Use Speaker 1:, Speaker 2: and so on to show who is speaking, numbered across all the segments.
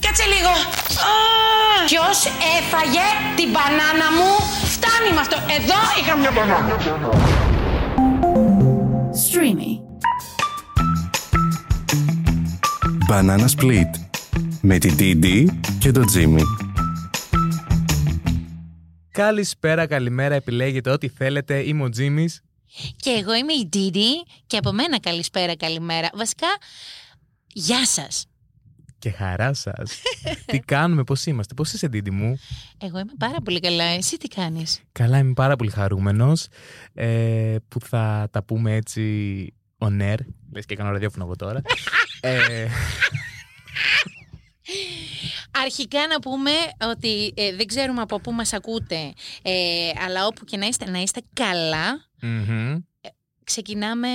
Speaker 1: Κάτσε λίγο. Ποιος έφαγε την μπανάνα μου. Φτάνει με αυτό. Εδώ είχα μια μπανάνα.
Speaker 2: Streamy.
Speaker 3: Banana Split με την DD και τον Τζίμι.
Speaker 4: Καλησπέρα, καλημέρα. Επιλέγετε ό,τι θέλετε. Είμαι ο Τζίμι.
Speaker 5: Και εγώ είμαι η Ντίντι και από μένα καλησπέρα, καλημέρα. Βασικά, γεια σας.
Speaker 4: Και χαρά σας. τι κάνουμε, πώς είμαστε, πώς είσαι, Ντίντι μου.
Speaker 5: Εγώ είμαι πάρα πολύ καλά. Εσύ τι κάνεις.
Speaker 4: Καλά, είμαι πάρα πολύ χαρούμενος ε, που θα τα πούμε έτσι on air. Λες και κάνω ραδιόφωνο εγώ τώρα. ε,
Speaker 5: Αρχικά να πούμε ότι ε, δεν ξέρουμε από πού μας ακούτε, ε, αλλά όπου και να είστε, να είστε καλά.
Speaker 4: μμμ.
Speaker 5: Ξεκινάμε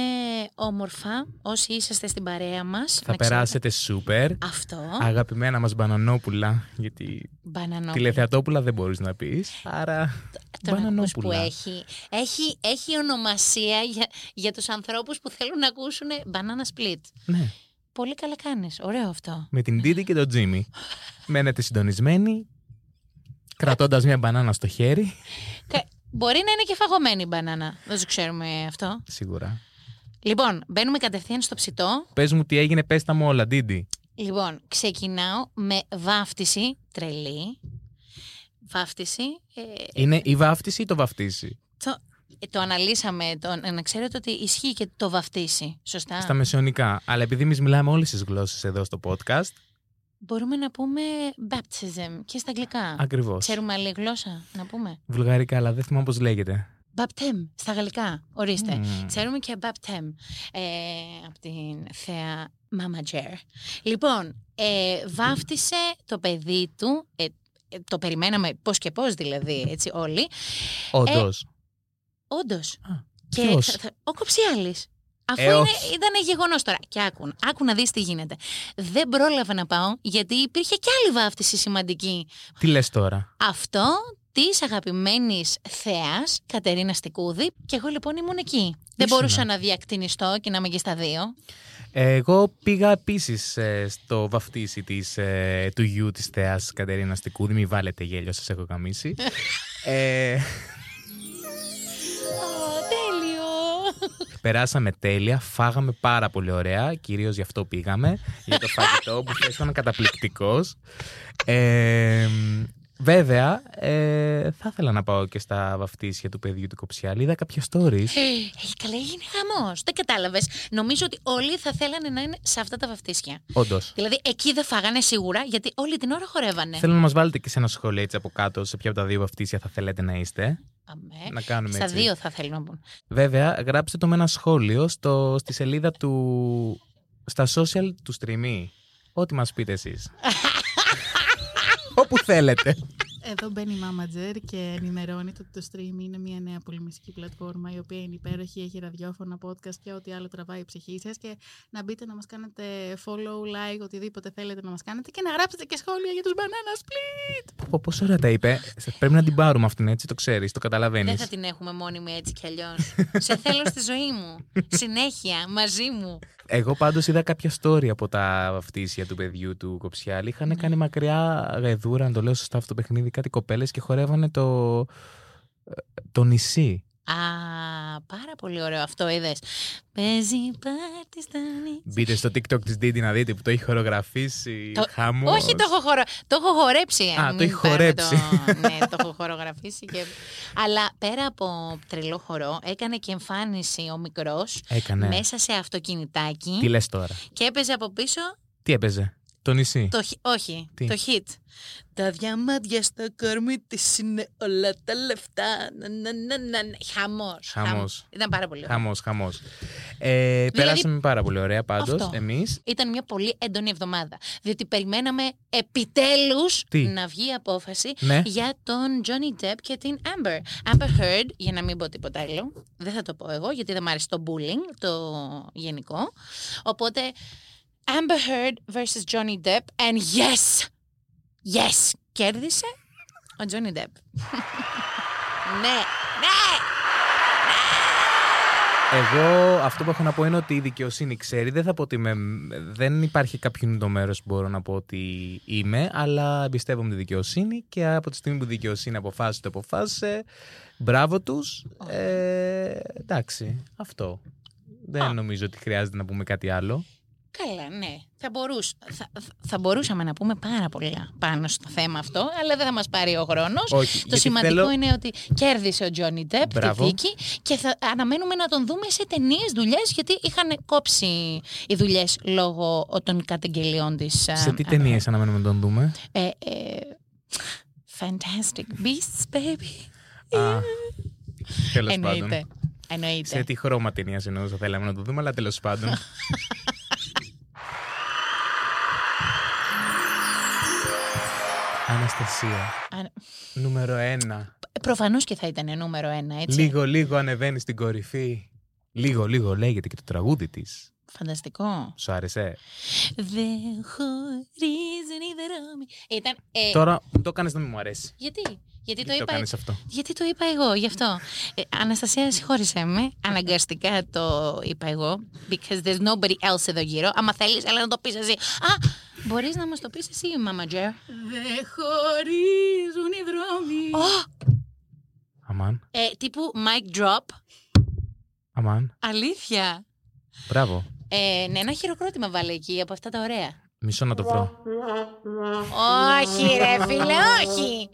Speaker 5: όμορφα όσοι είσαστε στην παρέα μας.
Speaker 4: Θα
Speaker 5: να ξέρετε
Speaker 4: περάσετε σούπερ.
Speaker 5: Αυτό.
Speaker 4: Αγαπημένα μας μπανανόπουλα, γιατί
Speaker 5: Μπανανό.
Speaker 4: τηλεθεατόπουλα δεν μπορείς να πεις, άρα
Speaker 5: Τον ακούς που
Speaker 4: μπανανόπουλα.
Speaker 5: έχει. έχει. Έχει ονομασία για, για τους ανθρώπους που θέλουν να ακούσουν μπανάνα split.
Speaker 4: Ναι.
Speaker 5: Πολύ καλά κάνεις. Ωραίο αυτό.
Speaker 4: με την Τίτη και τον Τζίμι. Μένετε συντονισμένοι, κρατώντας μια μπανάνα στο χέρι.
Speaker 5: Κα- Μπορεί να είναι και φαγωμένη η μπανάνα. Δεν το ξέρουμε αυτό.
Speaker 4: Σίγουρα.
Speaker 5: Λοιπόν, μπαίνουμε κατευθείαν στο ψητό.
Speaker 4: Πες μου τι έγινε, πες τα μου όλα, Ντίντι.
Speaker 5: Λοιπόν, ξεκινάω με βάφτιση τρελή. Βάφτιση. ε,
Speaker 4: Είναι η βάφτιση ή το βαφτίσει.
Speaker 5: το, ε, το αναλύσαμε. Το, ε, να ξέρετε ότι ισχύει και το βαφτίσει. Σωστά.
Speaker 4: Στα μεσαιωνικά. Αλλά επειδή εμείς μιλάμε όλες τις γλώσσες εδώ στο podcast,
Speaker 5: Μπορούμε να πούμε baptism και στα αγγλικά.
Speaker 4: ακριβώς.
Speaker 5: Ξέρουμε άλλη γλώσσα να πούμε.
Speaker 4: Βουλγαρικά, αλλά δεν θυμάμαι πώς λέγεται.
Speaker 5: Baptem στα γαλλικά. Ορίστε.
Speaker 4: Μμμ.
Speaker 5: Ξέρουμε και Baptem ε, από την θέα Mama Jer. Λοιπόν, ε, βάφτισε το παιδί του. ε, ε, το περιμέναμε πώς και πώς δηλαδή, έτσι όλοι.
Speaker 4: Όντως.
Speaker 5: Όντως. Και
Speaker 4: ποιος?
Speaker 5: θα- θα- ο Κοψιάλης. Αφού
Speaker 4: Ε,
Speaker 5: είναι,
Speaker 4: όχι.
Speaker 5: ήταν γεγονός τώρα. Και άκουν, άκου να δεις τι γίνεται. Δεν πρόλαβα να πάω, γιατί υπήρχε κι άλλη βάφτιση σημαντική.
Speaker 4: Τι λες τώρα.
Speaker 5: Αυτό της αγαπημένης θεάς Κατερίνα Στικούδη. Και εγώ λοιπόν ήμουν εκεί. Δεν μπορούσα να διακτινιστώ και να είμαι και στα δύο.
Speaker 4: Εγώ πήγα επίσης στο βαφτίσι της, ε, του γιου της θεάς Κατερίνα Στικούδη. Μη βάλετε γέλιο, σας έχω καμίσει. ε,
Speaker 5: τέλειο!
Speaker 4: περάσαμε τέλεια, φάγαμε πάρα πολύ ωραία. Κυρίως γι' αυτό πήγαμε. Για το φαγητό που θες, ήταν καταπληκτικό. Ε, βέβαια, ε, θα ήθελα να πάω και στα βαφτίσια του παιδιού του Κοψιάλη. Είδα κάποια stories.
Speaker 5: Έχει καλά, Ε, έγινε χαμός. Δεν κατάλαβες. Νομίζω ότι όλοι θα θέλανε να είναι σε αυτά τα βαφτίσια.
Speaker 4: Όντως.
Speaker 5: Δηλαδή εκεί δεν φάγανε σίγουρα γιατί όλη την ώρα χορεύανε.
Speaker 4: Θέλω να μας βάλετε και σε ένα σχόλιο έτσι από κάτω σε ποια από τα δύο βαφτίσια θα θέλετε να είστε.
Speaker 5: Αμέ.
Speaker 4: Να κάνουμε
Speaker 5: Ναι, Στα
Speaker 4: έτσι.
Speaker 5: δύο θα θέλουν να πούν.
Speaker 4: Βέβαια, γράψτε το με ένα σχόλιο στο, στη σελίδα του. στα social του streamy. Ό,τι μας πείτε εσείς. Όπου θέλετε.
Speaker 2: Εδώ μπαίνει η Mamager και ενημερώνει το ότι το stream είναι μια νέα πολυμουσική πλατφόρμα η οποία είναι υπέροχη, έχει ραδιόφωνα, podcast και ό,τι άλλο τραβάει η ψυχή σας. Και να μπείτε να μας κάνετε follow, like, οτιδήποτε θέλετε να μας κάνετε και να γράψετε και σχόλια για τους μπανάνας, split!
Speaker 4: Πω, πόσο ωραία τα είπε. Σε- Πρέπει να την πάρουμε αυτήν, έτσι το ξέρεις, το
Speaker 5: Δεν
Speaker 4: καταλαβαίνεις.
Speaker 5: θα την έχουμε μόνιμη έτσι κι αλλιώς. Σε θέλω στη ζωή μου. Συνέχεια, μαζί μου.
Speaker 4: Εγώ πάντως είδα κάποια story από τα βαφτίσια του παιδιού του Κοψιάλη. Είχαν
Speaker 5: Ναι.
Speaker 4: κάνει μακριά γαϊδούρα, αν το λέω σωστά αυτό το παιχνίδι, κάτι κοπέλες και χορεύανε το, ε, το νησί.
Speaker 5: Α, πάρα πολύ ωραίο αυτό είδες. Παίζει πάρτι στα νη-
Speaker 4: Μπείτε στο TikTok της Didi να δείτε που το έχει χορογραφήσει.
Speaker 5: Το-
Speaker 4: Χαμός.
Speaker 5: Όχι, το έχω, χορο... το έχω χορέψει.
Speaker 4: Α,
Speaker 5: Μην
Speaker 4: το έχει
Speaker 5: πάρουμε το-
Speaker 4: χορέψει.
Speaker 5: ναι, το έχω χορογραφήσει. Και... Αλλά πέρα από τρελό χορό, έκανε και εμφάνιση ο μικρός
Speaker 4: Έκανε.
Speaker 5: μέσα σε αυτοκινητάκι
Speaker 4: Ναι. Τι λες τώρα.
Speaker 5: και έπαιζε από πίσω
Speaker 4: Τι έπαιζε. Το νησί.
Speaker 5: Το, χι- όχι,
Speaker 4: Τι?
Speaker 5: το hit. Τα διαμάντια στα κορμί της είναι όλα τα λεφτά. Να, να, να, να. Χαμός.
Speaker 4: Χαμός.
Speaker 5: Ήταν πάρα πολύ. ωραίο.
Speaker 4: Χαμός, χαμός. Ε, Περάσαμε πάρα πολύ ωραία πάντως
Speaker 5: Δηλαδή- Αυτό.
Speaker 4: εμείς.
Speaker 5: Ήταν μια πολύ έντονη εβδομάδα. Διότι περιμέναμε επιτέλους
Speaker 4: Τι?
Speaker 5: να βγει η απόφαση
Speaker 4: Ναι.
Speaker 5: για τον Johnny Depp και την Amber. Amber Heard, για να μην πω τίποτα άλλο. Δεν θα το πω εγώ, γιατί δεν μ' άρεσε το bullying, το γενικό. Οπότε, Amber Heard versus Johnny Depp, and yes! Yes! Κέρδισε ο Johnny Depp. ναι, ναι!
Speaker 4: Εγώ αυτό που έχω να πω είναι ότι η δικαιοσύνη ξέρει. Δεν θα πω ότι είμαι. Δεν υπάρχει κάποιο το μέρος που μπορώ να πω ότι είμαι, αλλά εμπιστεύομαι τη δικαιοσύνη και από τη στιγμή που η δικαιοσύνη αποφάσισε το αποφάσισε. Μπράβο τους. Ε, εντάξει, αυτό. Δεν νομίζω ότι χρειάζεται να πούμε κάτι άλλο.
Speaker 5: Καλά, ναι. Θα, μπορούς, θα, θα μπορούσαμε να πούμε πάρα πολλά πάνω στο θέμα αυτό, αλλά δεν θα μας πάρει ο χρόνος.
Speaker 4: Όχι,
Speaker 5: Το
Speaker 4: γιατί
Speaker 5: σημαντικό
Speaker 4: θέλω-
Speaker 5: είναι ότι κέρδισε ο Τζόνι Ντεπ τη
Speaker 4: Μπράβο.
Speaker 5: δίκη και θα αναμένουμε να τον δούμε σε ταινίες, δουλειές, γιατί είχαν κόψει οι δουλειές λόγω των καταγγελιών της.
Speaker 4: Σε τι ταινίες αναμένουμε να τον δούμε.
Speaker 5: Ε, ε, fantastic Beasts, baby.
Speaker 4: Α, τέλος πάντων.
Speaker 5: Ε, Εννοείται. Εννοείται.
Speaker 4: Σε τι χρώμα ταινία εννοούσα, θέλαμε να το δούμε, αλλά τέλος πάντων. Αναστασία,
Speaker 5: Αν-
Speaker 4: νούμερο ένα.
Speaker 5: Προφανώς και θα ήταν νούμερο ένα, έτσι.
Speaker 4: Λίγο, λίγο ανεβαίνει στην κορυφή. Λίγο, λίγο λέγεται και το τραγούδι της.
Speaker 5: Φανταστικό.
Speaker 4: Σου άρεσε.
Speaker 5: Δεν χωρίζουν οι δρόμοι. Ήταν. Ε,
Speaker 4: Τώρα μου το έκανε να μην μου αρέσει.
Speaker 5: Γιατί, γιατί το,
Speaker 4: Γιατί το
Speaker 5: είπα,
Speaker 4: κάνεις αυτό.
Speaker 5: γιατί το είπα εγώ, γι' αυτό. Ε, Αναστασία, συγχώρησέ με. Αναγκαστικά το είπα εγώ. Because there's nobody else εδώ γύρω. Άμα θέλεις, αλλά να το πεις εσύ. Α, μπορείς να μας το πεις εσύ, Mama Jer.
Speaker 2: Δεν χωρίζουν οι δρόμοι.
Speaker 5: Ω,
Speaker 4: Αμάν,
Speaker 5: ε, τύπου mic drop.
Speaker 4: αμάν.
Speaker 5: Αλήθεια.
Speaker 4: Μπράβο.
Speaker 5: Ε, ναι, ένα χειροκρότημα βάλε εκεί από αυτά τα ωραία.
Speaker 4: Μισό να το βρω.
Speaker 5: όχι, ρε φίλε, όχι.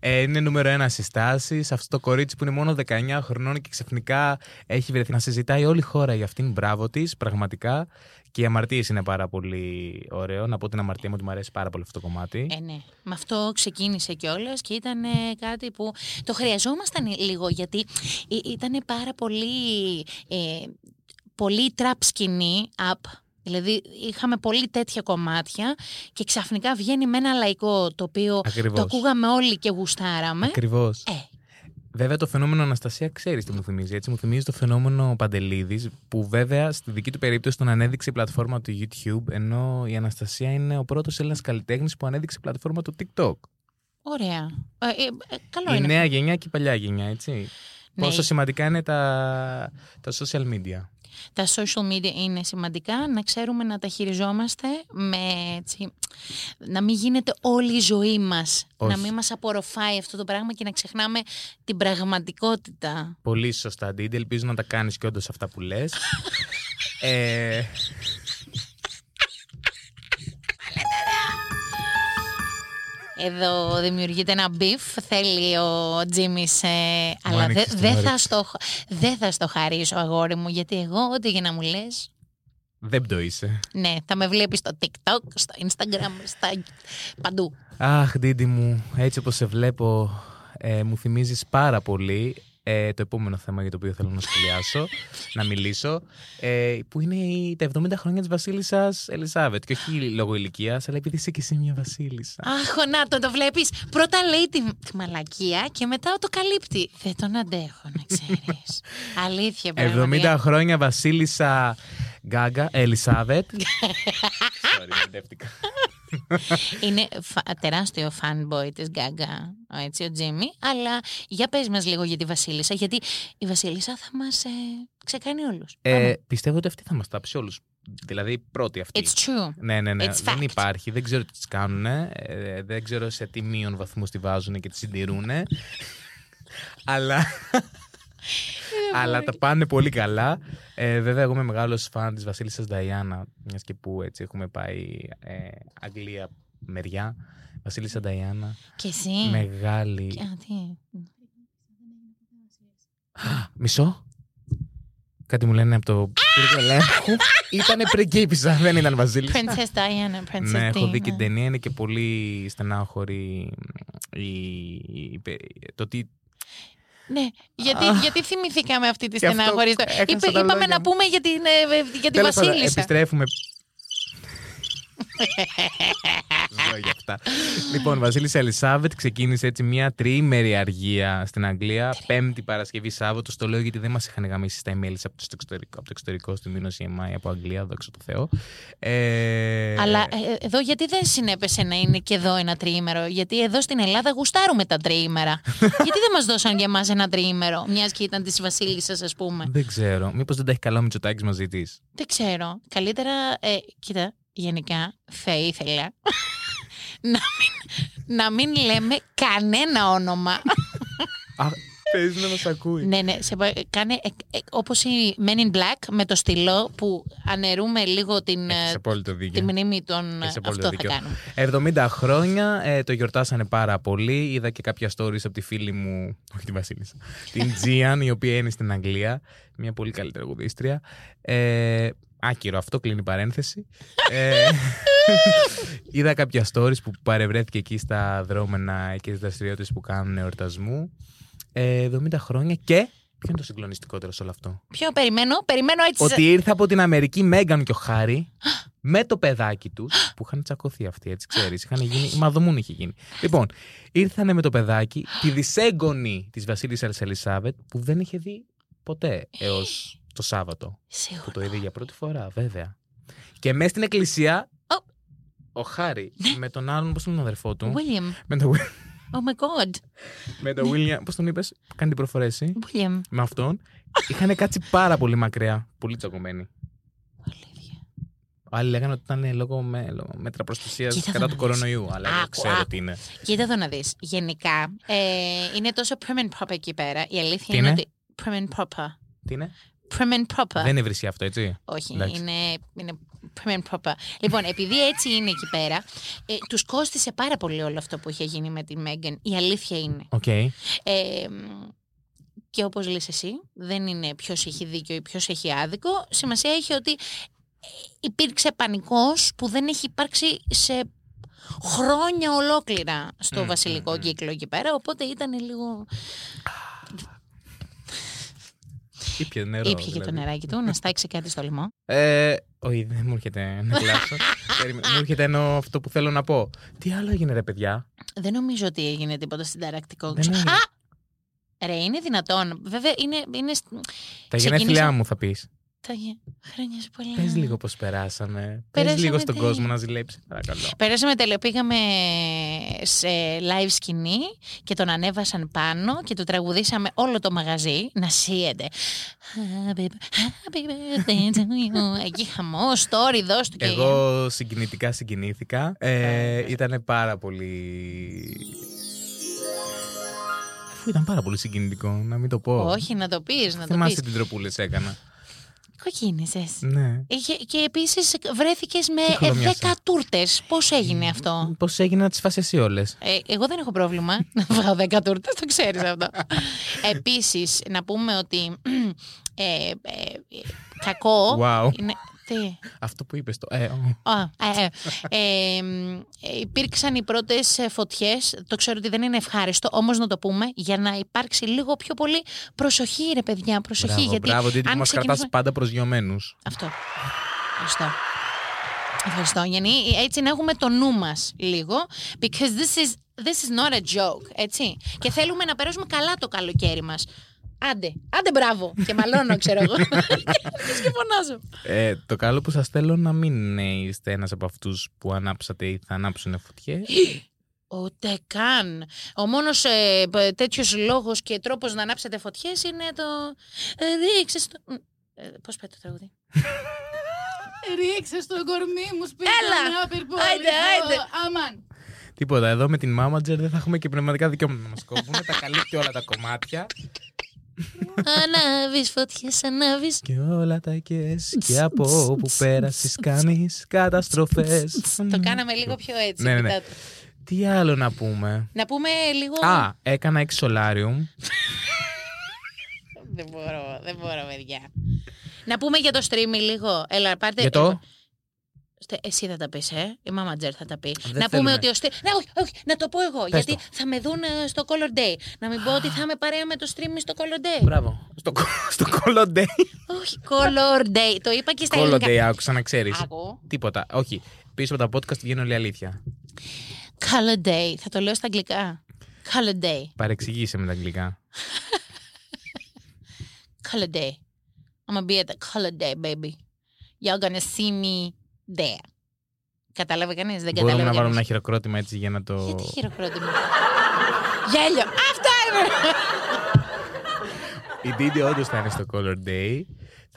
Speaker 4: Ε, είναι νούμερο ένα στις τάσεις. Αυτό το κορίτσι που είναι μόνο 19 χρονών και ξαφνικά έχει βρεθεί να συζητάει όλη η χώρα για αυτήν. Μπράβο της, πραγματικά. Και οι αμαρτίες είναι πάρα πολύ ωραίο. Να πω την αμαρτία μου ότι μου αρέσει πάρα πολύ αυτό το κομμάτι.
Speaker 5: Ε, ναι. Με αυτό ξεκίνησε κιόλας και ήταν ε, κάτι που το χρειαζόμασταν λίγο γιατί ήταν πάρα πολύ, ε, πολύ trap σκηνή up. Δηλαδή είχαμε πολύ τέτοια κομμάτια και ξαφνικά βγαίνει με ένα λαϊκό το οποίο
Speaker 4: Ακριβώς.
Speaker 5: το ακούγαμε όλοι και γουστάραμε.
Speaker 4: Ακριβώς.
Speaker 5: Ε,
Speaker 4: Βέβαια το φαινόμενο Αναστασία ξέρεις τι μου θυμίζει. Έτσι μου θυμίζει το φαινόμενο Παντελίδη που βέβαια στη δική του περίπτωση τον ανέδειξε η πλατφόρμα του YouTube ενώ η Αναστασία είναι ο πρώτος Έλληνας καλλιτέχνης που ανέδειξε πλατφόρμα του TikTok.
Speaker 5: ωραία. Ε, ε, ε, καλό
Speaker 4: Η
Speaker 5: είναι.
Speaker 4: νέα γενιά και η παλιά γενιά, έτσι.
Speaker 5: Ναι.
Speaker 4: Πόσο σημαντικά είναι τα, τα social media.
Speaker 5: Τα social media είναι σημαντικά, να ξέρουμε να τα χειριζόμαστε με έτσι, να μην γίνεται όλη η ζωή μας,
Speaker 4: Όχι.
Speaker 5: να μην μας απορροφάει αυτό το πράγμα και να ξεχνάμε την πραγματικότητα.
Speaker 4: Πολύ σωστά, Ντίντι. Ελπίζω να τα κάνεις και όντως αυτά που λες. ε,
Speaker 5: Εδώ δημιουργείται ένα μπιφ, θέλει ο Τζίμις, ε, αλλά δεν
Speaker 4: άνοιξες την
Speaker 5: δεν θα,
Speaker 4: όρεξη.
Speaker 5: στο, δεν θα στο χαρίσω αγόρι μου, γιατί εγώ ό,τι για να μου λες,
Speaker 4: δεν το είσαι.
Speaker 5: ναι, θα με βλέπεις στο TikTok, στο Instagram, στα... παντού.
Speaker 4: Αχ, Ντίντι μου, έτσι όπως σε βλέπω, ε, μου θυμίζεις πάρα πολύ ε, το επόμενο θέμα για το οποίο θέλω να σχολιάσω, να μιλήσω, ε, που είναι η- τα 70 χρόνια της βασίλισσας Ελισάβετ. Και όχι λόγω ηλικίας, αλλά επειδή είσαι και εσύ μια βασίλισσα.
Speaker 5: Αχ, ο, να το, το βλέπεις. Πρώτα λέει τη, τη μαλακία και μετά το καλύπτει. Δεν τον αντέχω, να ξέρεις. Αλήθεια,
Speaker 4: 70
Speaker 5: πραγματικά.
Speaker 4: χρόνια βασίλισσα Γκάγκα, Ελισάβετ. Sorry, μπερδεύτηκα.
Speaker 5: Είναι φα- τεράστιο fanboy της Γκάγκα, ο- έτσι, ο Τζίμι. Αλλά για πες μας λίγο για τη Βασίλισσα, γιατί η Βασίλισσα θα μας ε, ξεκάνει όλους.
Speaker 4: Ε, πιστεύω ότι αυτή θα μας τάψει όλους. Δηλαδή, η πρώτη αυτή.
Speaker 5: It's true.
Speaker 4: Ναι, ναι, ναι.
Speaker 5: It's
Speaker 4: δεν
Speaker 5: fact.
Speaker 4: υπάρχει. Δεν ξέρω τι τις κάνουν. δεν ξέρω σε τι μείον βαθμού τη βάζουν και τη συντηρούν. αλλά.
Speaker 5: Ε,
Speaker 4: αλλά τα πάνε πολύ καλά. Ε, βέβαια, εγώ είμαι μεγάλος φαν της Βασίλισσας Νταϊάννα. Μιας και που έτσι έχουμε πάει ε, Αγγλία μεριά. Βασίλισσα Νταϊάννα.
Speaker 5: Και εσύ.
Speaker 4: Ναι. Μεγάλη.
Speaker 5: Mm. Και- α, τι.
Speaker 4: Μισό. Κάτι μου λένε από το πύργο ελέγχου. Ήτανε πριγκίπισσα, δεν ήταν βασίλισσα.
Speaker 5: Princess Diana, Princess
Speaker 4: Ναι, έχω δει
Speaker 5: Diana.
Speaker 4: και την ταινία. Είναι και πολύ στενάχωρη η, η- το τι.
Speaker 5: Ναι, γιατί, γιατί θυμηθήκαμε αυτή τη
Speaker 4: Και αυτό
Speaker 5: στενάχωρη. ιστορία.
Speaker 4: έχασα
Speaker 5: Είπε-
Speaker 4: τα
Speaker 5: Είπαμε
Speaker 4: λόγια
Speaker 5: να
Speaker 4: μου.
Speaker 5: πούμε ε, για την, ε, για τη
Speaker 4: Τέλος πάντων,
Speaker 5: Βασίλισσα.
Speaker 4: επιστρέφουμε. Ζω για αυτά. λοιπόν, Βασίλης Ελισάβετ ξεκίνησε έτσι μια τριήμερη αργία στην Αγγλία. Πέμπτη Παρασκευή Σάββατο. Το λέω γιατί δεν μας είχαν γαμίσει στα email από το εξωτερικό, από το εξωτερικό στη Μήνωση EMI από Αγγλία, δόξα τω Θεώ. Ε,
Speaker 5: Αλλά ε, εδώ γιατί δεν συνέπεσε να είναι και εδώ ένα τριήμερο. Γιατί εδώ στην Ελλάδα γουστάρουμε τα τριήμερα. γιατί δεν μας δώσαν για μα ένα τριήμερο, μιας και ήταν της Βασίλισσας, ας πούμε.
Speaker 4: Δεν ξέρω. Μήπως δεν τα έχει καλά ο Μητσοτάκης μαζί της.
Speaker 5: Δεν ξέρω. Καλύτερα, ε, κοίτα, γενικά θα ήθελα να, μην, να μην λέμε κανένα όνομα. ε,
Speaker 4: Α, παίζει να μας ακούει.
Speaker 5: ναι, ναι, σε, πα- κάνε ε, ε, όπως η Men in Black με το στυλό που αναιρούμε λίγο την,
Speaker 4: Έχεις
Speaker 5: ε,
Speaker 4: απόλυτο
Speaker 5: τη
Speaker 4: δίκιο.
Speaker 5: μνήμη των...
Speaker 4: Έχεις απόλυτο
Speaker 5: Αυτό θα
Speaker 4: ε, δίκιο.
Speaker 5: κάνουμε.
Speaker 4: 70 χρόνια, ε, το γιορτάσανε πάρα πολύ. Είδα και κάποια stories από τη φίλη μου, όχι τη Βασίλισσα, την Τζίαν, η οποία είναι στην Αγγλία. Μια πολύ καλή τραγουδίστρια. Ε, άκυρο αυτό, κλείνει η παρένθεση. Ε, είδα κάποια stories που παρευρέθηκε εκεί στα δρόμενα και στις δραστηριότητες που κάνουν εορτασμού. Ε, 70 χρόνια και... Ποιο είναι το συγκλονιστικότερο σε όλο αυτό.
Speaker 5: Ποιο περιμένω, περιμένω έτσι... σε-
Speaker 4: Ότι ήρθε από την Αμερική Μέγαν και ο Χάρη με το παιδάκι τους που είχαν τσακωθεί αυτοί, έτσι ξέρεις. Είχαν γίνει. Μαδομούν είχε γίνει. Λοιπόν, ήρθανε με το παιδάκι τη δυσέγγονη της Βασίλισσας Ελισάβετ που δεν είχε δει ποτέ έως το Σάββατο που
Speaker 5: Σίγουρα.
Speaker 4: το είδε για πρώτη φορά, βέβαια. Και μέσα στην εκκλησία.
Speaker 5: Ω. Ναι.
Speaker 4: Ο Χάρη με τον άλλον, πώς τον αδερφό του.
Speaker 5: William,
Speaker 4: Με τον, Will-
Speaker 5: oh my god,
Speaker 4: με τον William. Πώς τον είπες, κάνει την προφορέση.
Speaker 5: William.
Speaker 4: Με αυτόν. Είχαν κάτσει πάρα πολύ μακριά. Πολύ τσακωμένοι.
Speaker 5: Αλήθεια.
Speaker 4: Άλλοι λέγανε ότι ήταν λόγω με, λόγω μέτρα προστασίας
Speaker 5: Κοίτα, θα
Speaker 4: κατά του
Speaker 5: μου λες.
Speaker 4: κορονοϊού. Αλλά
Speaker 5: Άκου,
Speaker 4: δεν ξέρω
Speaker 5: άκου.
Speaker 4: τι είναι.
Speaker 5: Κοίτα εδώ να δεις, γενικά ε, είναι τόσο prim and proper εκεί πέρα. Η αλήθεια
Speaker 4: Τι
Speaker 5: είναι,
Speaker 4: είναι?
Speaker 5: ότι prim and proper.
Speaker 4: Τι είναι?
Speaker 5: Prim and proper.
Speaker 4: Δεν είναι βρυσή αυτό, έτσι.
Speaker 5: Όχι,
Speaker 4: Εντάξει.
Speaker 5: είναι, είναι prim and proper. Λοιπόν, επειδή έτσι είναι εκεί πέρα, ε, τους κόστησε πάρα πολύ όλο αυτό που είχε γίνει με τη Μέγαν. Η αλήθεια είναι.
Speaker 4: Οκ.
Speaker 5: Ε, μ, και όπως λες εσύ, δεν είναι ποιος έχει δίκιο ή ποιος έχει άδικο. Σημασία έχει ότι ε, υπήρξε πανικός που δεν έχει υπάρξει σε χρόνια ολόκληρα στο βασιλικό κύκλο εκεί πέρα, οπότε ήταν λίγο...
Speaker 4: Ήπια νερό.
Speaker 5: Ήπια και το
Speaker 4: δηλαδή.
Speaker 5: νεράκι του, να στάξει κάτι στο λαιμό.
Speaker 4: Ε, όχι, δεν μου έρχεται να κλάψω. Περίμενε, μου έρχεται ενώ αυτό που θέλω να πω. Τι άλλο έγινε, ρε παιδιά.
Speaker 5: Δεν νομίζω ότι έγινε τίποτα συνταρακτικό.
Speaker 4: Δεν έγινε.
Speaker 5: Α! Ρε, είναι δυνατόν. Βέβαια, είναι. είναι... σ-
Speaker 4: Τα
Speaker 5: ξεκίνησα-
Speaker 4: γενέθλιά μου θα πεις.
Speaker 5: Τα γε- Χρόνια σου πολλά.
Speaker 4: Πες λίγο πώς περάσαμε. Πες
Speaker 5: Ε. Περάσαμε
Speaker 4: λίγο στον
Speaker 5: τι?
Speaker 4: κόσμο να ζηλέψει. Παρακαλώ.
Speaker 5: Πέρασαμε τελε, πήγαμε σε live σκηνή και τον ανέβασαν πάνω και του τραγουδήσαμε όλο το μαγαζί να σύεται. Happy birthday to you. Εκεί χαμός, story, δώσ' του και...
Speaker 4: Εγώ συγκινητικά συγκινήθηκα. Ε, ήταν πάρα πολύ. Αφού ήταν πάρα πολύ συγκινητικό, να μην το πω.
Speaker 5: Όχι, να το πεις, να το
Speaker 4: Θυμάστε
Speaker 5: πεις.
Speaker 4: την τροπούλη έκανα.
Speaker 5: Κοκκίνησες.
Speaker 4: Ναι.
Speaker 5: Είχε- Και επίσης βρέθηκες με ε,
Speaker 4: χλωμιάσα.
Speaker 5: 10 τούρτες. Πώς έγινε αυτό.
Speaker 4: Πώς έγινε να τις φάσει εσύ όλες.
Speaker 5: Ε, εγώ δεν έχω πρόβλημα να φάω 10 τούρτες, το ξέρεις αυτό. Επίσης, να πούμε ότι ε, ε, ε, κακό
Speaker 4: Wow.
Speaker 5: είναι... Τι,
Speaker 4: Αυτό που είπες το. Ε, ο.
Speaker 5: Α, ε, ε, ε, μ, ε, υπήρξαν οι πρώτες ε, φωτιές, το ξέρω ότι δεν είναι ευχάριστο, όμως να το πούμε για να υπάρξει λίγο πιο πολύ προσοχή ρε παιδιά, προσοχή.
Speaker 4: Μπράβο,
Speaker 5: γιατί
Speaker 4: μπράβο, Τίτη, που
Speaker 5: αν
Speaker 4: μας κρατάς
Speaker 5: ξεκινήσουμε-
Speaker 4: πάντα προσγειωμένους.
Speaker 5: αυτό. Ευχαριστώ. Ευχαριστώ, Γιάννη. Ε, Έτσι να έχουμε το νου μας λίγο. Because this is, this is not a joke, έτσι. Και θέλουμε να περάσουμε καλά το καλοκαίρι μας. Άντε, άντε μπράβο. Και μαλώνω, ξέρω εγώ. και φωνάζω.
Speaker 4: Ε, το καλό που σας θέλω να μην ε, είστε ένας από αυτούς που ανάψατε ή θα ανάψουν φωτιέ.
Speaker 5: Ούτε καν. Ο ε, μόνο τέτοιος λόγος και τρόπος να ανάψετε φωτιές είναι το. Ε, Ρίξε το. Πώ πάει το τραγούδι.
Speaker 2: Ρίξε στο κορμί μου, σπίτι
Speaker 5: Έλα!
Speaker 2: μου, απειρπόλιο.
Speaker 5: Άιντε, άιντε.
Speaker 2: Αμάν.
Speaker 4: Τίποτα. Εδώ με την manager δεν θα έχουμε και πνευματικά δικαιώματα να μας κόβουν. τα καλύπτει όλα τα κομμάτια.
Speaker 5: ανάβεις φωτιές, ανάβεις.
Speaker 4: Και όλα τα κες και από όπου πέρασες κάνεις καταστροφές.
Speaker 5: Το κάναμε λίγο πιο έτσι.
Speaker 4: Ναι, ναι, ναι.
Speaker 5: κοιτάτε.
Speaker 4: Τι άλλο να πούμε.
Speaker 5: Να πούμε λίγο.
Speaker 4: Α, έκανα 6 solarium.
Speaker 5: Δεν μπορώ, δεν μπορώ, παιδιά. Να πούμε για το stream λίγο. Έλα, πάρτε.
Speaker 4: Για το
Speaker 5: Στε- Εσύ θα τα πεις, ε. Η μάμα Τζέρ θα τα πει.
Speaker 4: Δεν
Speaker 5: να πούμε
Speaker 4: θέλουμε.
Speaker 5: ότι ο Στίβ. Ναι, όχι, όχι, να το πω εγώ. γιατί
Speaker 4: το.
Speaker 5: θα με δουν ε, στο Color Day. Να μην πω ότι θα είμαι παρέα με το stream στο Color Day.
Speaker 4: Μπράβο. Στο, κο- στο Color Day.
Speaker 5: όχι, Color Day. Το είπα και στα
Speaker 4: Color Day,
Speaker 5: ελληνικά.
Speaker 4: άκουσα να ξέρεις.
Speaker 5: Άκου.
Speaker 4: Τίποτα. Όχι. Πίσω από τα podcast βγαίνει όλη η αλήθεια.
Speaker 5: Color Day. Θα το λέω στα αγγλικά. Color Day.
Speaker 4: Παρεξηγήσε με τα αγγλικά.
Speaker 5: color day. I'm gonna be at the color day, baby. Y'all gonna see me there. Κατάλαβε κανείς, δεν
Speaker 4: Μπορούμε
Speaker 5: κατάλαβε
Speaker 4: να βάλουμε
Speaker 5: κανείς.
Speaker 4: ένα χειροκρότημα έτσι για να το.
Speaker 5: Γιατί χειροκρότημα. Γέλιο. Αυτά είναι.
Speaker 4: Η Didi όντως θα είναι στο Color Day.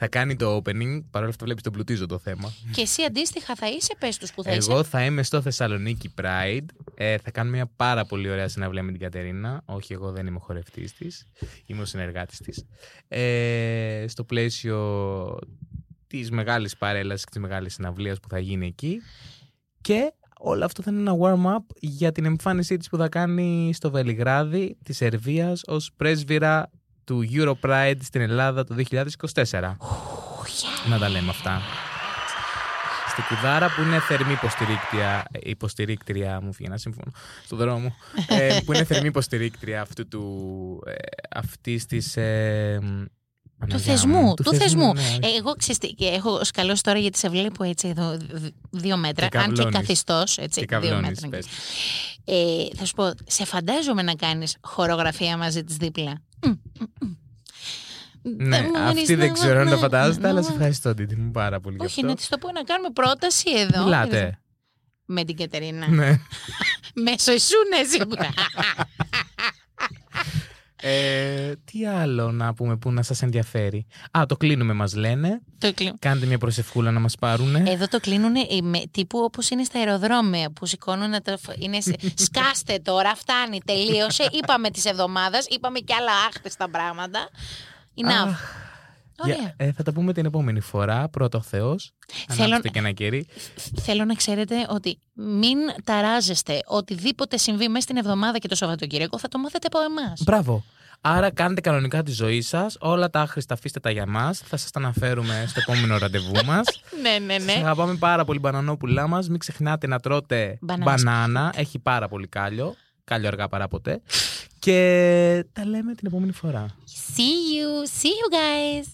Speaker 4: Θα κάνει το opening. Παρ' όλα αυτά βλέπεις τον πλουτίζω το θέμα.
Speaker 5: Και εσύ αντίστοιχα θα είσαι, πες τους που θα είσαι.
Speaker 4: Εγώ θα είμαι στο Θεσσαλονίκη Pride. Ε, θα κάνουμε μια πάρα πολύ ωραία συναυλία με την Κατερίνα. Όχι, εγώ δεν είμαι ο χορευτής της. Είμαι ο συνεργάτης της. Ε, στο πλαίσιο της μεγάλης παρέλασης και της μεγάλης συναυλίας που θα γίνει εκεί. Και όλο αυτό θα είναι ένα warm-up για την εμφάνισή της που θα κάνει στο Βελιγράδι της Σερβίας ως πρέσβυρα του Euro Pride στην Ελλάδα το 2024.
Speaker 5: Oh,
Speaker 4: Να τα λέμε αυτά. Στη Κουδάρα που είναι θερμή υποστηρίκτρια, υποστηρίκτρια μου φύγει να συμφωνώ, στον δρόμο, ε, που είναι θερμή υποστηρίκτρια αυτού του, ε, αυτής της... ε, μ,
Speaker 5: Του
Speaker 4: Παναγιά μου,
Speaker 5: θεσμού, του θεσμού.
Speaker 4: ναι, όχι.
Speaker 5: Ε, Εγώ ξέρεις τι, και έχω σκαλώσει τώρα γιατί σε βλέπω έτσι εδώ δ- δύο μέτρα,
Speaker 4: Και
Speaker 5: αν και
Speaker 4: καυλώνεις.
Speaker 5: καθιστός, έτσι,
Speaker 4: Και
Speaker 5: δύο
Speaker 4: καυλώνεις,
Speaker 5: μέτρα.
Speaker 4: πες.
Speaker 5: Ε, θα σου πω, σε φαντάζομαι να κάνεις χορογραφία μαζί της δίπλα. Μμ, μ, μ.
Speaker 4: Ναι,
Speaker 5: μου
Speaker 4: αυτή
Speaker 5: αρέσει,
Speaker 4: δεν
Speaker 5: ναι,
Speaker 4: ξέρω αν
Speaker 5: ναι,
Speaker 4: τα
Speaker 5: ναι,
Speaker 4: φαντάζεστε,
Speaker 5: ναι,
Speaker 4: αλλά
Speaker 5: ναι.
Speaker 4: σε ευχαριστώ, Τίτι μου πάρα πολύ. γι'
Speaker 5: Όχι,
Speaker 4: αυτό.
Speaker 5: να της το πω να κάνουμε πρόταση εδώ.
Speaker 4: Μιλάτε.
Speaker 5: Με την Κατερίνα.
Speaker 4: Ναι.
Speaker 5: Μέσω εσούνε σίγουρα.
Speaker 4: Ε, τι άλλο να πούμε που να σας ενδιαφέρει. Α, το κλείνουμε μας λένε.
Speaker 5: το κλείνω.
Speaker 4: Κάντε μια προσευχούλα να μας πάρουνε.
Speaker 5: Εδώ το κλείνουν με, τύπου όπως είναι στα αεροδρόμια που σηκώνουν να τα. φ- Είναι, σε- σκάστε τώρα, φτάνει, τελείωσε. είπαμε της εβδομάδας, είπαμε και άλλα άχρηστα πράγματα. Enough.
Speaker 4: Αχ,
Speaker 5: Ωραία.
Speaker 4: για- ε, θα τα πούμε την επόμενη φορά. Πρώτο ο Θεός.
Speaker 5: Θέλω-
Speaker 4: Ανάψτε και ένα κερί.
Speaker 5: Θέλω να ξέρετε ότι μην ταράζεστε. Οτιδήποτε συμβεί μέσα στην εβδομάδα και το Σαββατοκύριακο θα το μάθετε από εμάς.
Speaker 4: Μπράβο. Άρα κάντε κανονικά τη ζωή σας. Όλα τα άχρηστα αφήστε τα για μας. Θα σας τα αναφέρουμε στο επόμενο ραντεβού μας.
Speaker 5: ναι, ναι,
Speaker 4: Σας αγαπάμε πάρα πολύ μπανανόπουλά μας. Μην ξεχνάτε να τρώτε
Speaker 5: Μπανάνα.
Speaker 4: μπανάνα. Έχει πάρα πολύ κάλιο. Κάλιο αργά παρά ποτέ. Και τα λέμε την επόμενη φορά.
Speaker 5: See you, see you guys.